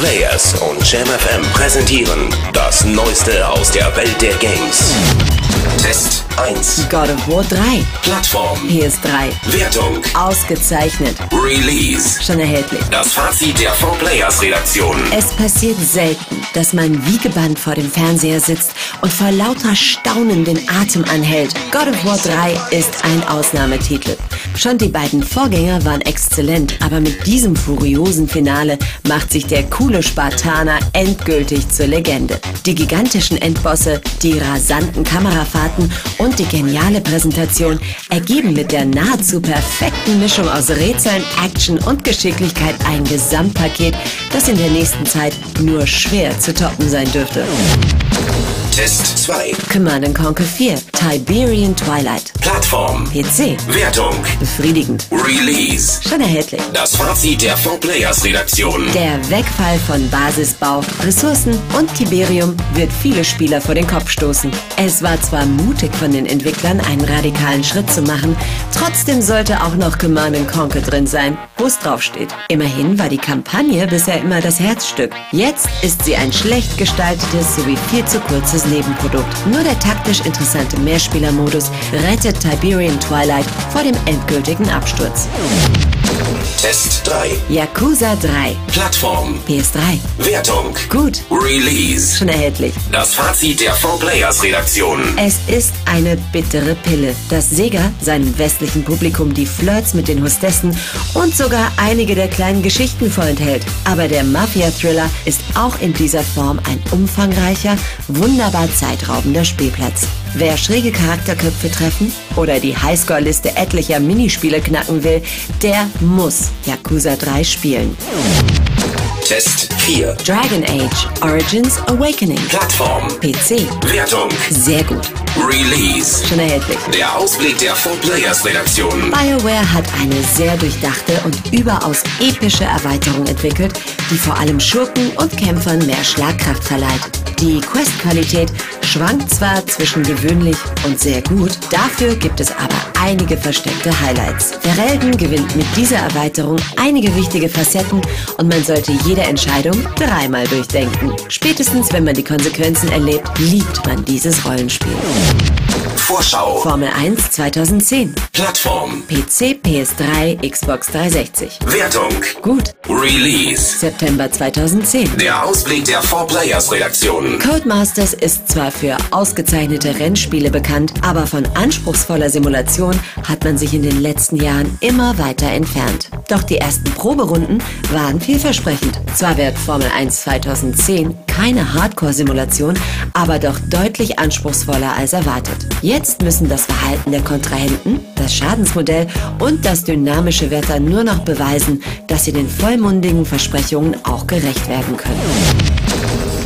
Players und JamFM präsentieren das Neueste aus der Welt der Games. Test 1. God of War 3, Plattform. PS3, Wertung. ausgezeichnet, Release. schon erhältlich. Das Fazit der 4Players-Redaktion. Es passiert selten, dass man wie gebannt vor dem Fernseher sitzt und vor lauter Staunen den Atem anhält. God of War 3 ist ein Ausnahmetitel. Schon die beiden Vorgänger waren exzellent, aber mit diesem furiosen Finale macht sich der coole Spartaner endgültig zur Legende. Die gigantischen Endbosse, die rasanten Kamerafahrten und die geniale Präsentation ergeben mit der nahezu perfekten Mischung aus Rätseln, Action und Geschicklichkeit ein Gesamtpaket, das in der nächsten Zeit nur schwer zu toppen sein dürfte. Test 2. Command and Conquer 4 Tiberian Twilight Plattform. PC Wertung. befriedigend, Release. schon erhältlich. Das Fazit der 4Players-Redaktion. Der Wegfall von Basisbau, Ressourcen und Tiberium wird viele Spieler vor den Kopf stoßen. Es war zwar mutig von den Entwicklern, einen radikalen Schritt zu machen, trotzdem sollte auch noch Command and Conquer drin sein, wo es draufsteht. Immerhin war die Kampagne bisher immer das Herzstück. Jetzt ist sie ein schlecht gestaltetes sowie viel zu kurzes Nebenprodukt. Nur der taktisch interessante Mehrspielermodus rettet Tiberium Twilight vor dem endgültigen Absturz. Test 3. Yakuza 3, Plattform. PS3. Wertung. Gut. Release. Schon erhältlich. Das Fazit der 4Players-Redaktion. Es ist eine bittere Pille, dass Sega seinem westlichen Publikum die Flirts mit den Hostessen und sogar einige der kleinen Geschichten vorenthält. Aber der Mafia-Thriller ist auch in dieser Form ein umfangreicher, wunderbar zeitraubender Spielplatz. Wer schräge Charakterköpfe treffen oder die Highscore-Liste etlicher Minispiele knacken will, der muss Yakuza 3 spielen. Test 4. Dragon Age Origins Awakening. Plattform. PC. Wertung. Sehr gut. Release. Schon erhältlich. Der Ausblick der 4Players-Redaktion. BioWare hat eine sehr durchdachte und überaus epische Erweiterung entwickelt, die vor allem Schurken und Kämpfern mehr Schlagkraft verleiht. Die Questqualität schwankt zwar zwischen gewöhnlich und sehr gut, dafür gibt es aber einige versteckte Highlights. Verelden gewinnt mit dieser Erweiterung einige wichtige Facetten und man sollte jede Entscheidung dreimal durchdenken. Spätestens wenn man die Konsequenzen erlebt, liebt man dieses Rollenspiel. Vorschau. Formel 1 2010 Plattform. PC, PS3, Xbox 360. Wertung. Gut, Release. September 2010. Der Ausblick der 4Players-Redaktion. Codemasters ist zwar für ausgezeichnete Rennspiele bekannt, aber von anspruchsvoller Simulation hat man sich in den letzten Jahren immer weiter entfernt. Doch die ersten Proberunden waren vielversprechend. Zwar wird Formel 1 2010 keine Hardcore-Simulation, aber doch deutlich anspruchsvoller als erwartet. Jetzt müssen das Verhalten der Kontrahenten, das Schadensmodell und das dynamische Wetter nur noch beweisen, dass sie den vollmundigen Versprechungen auch gerecht werden können.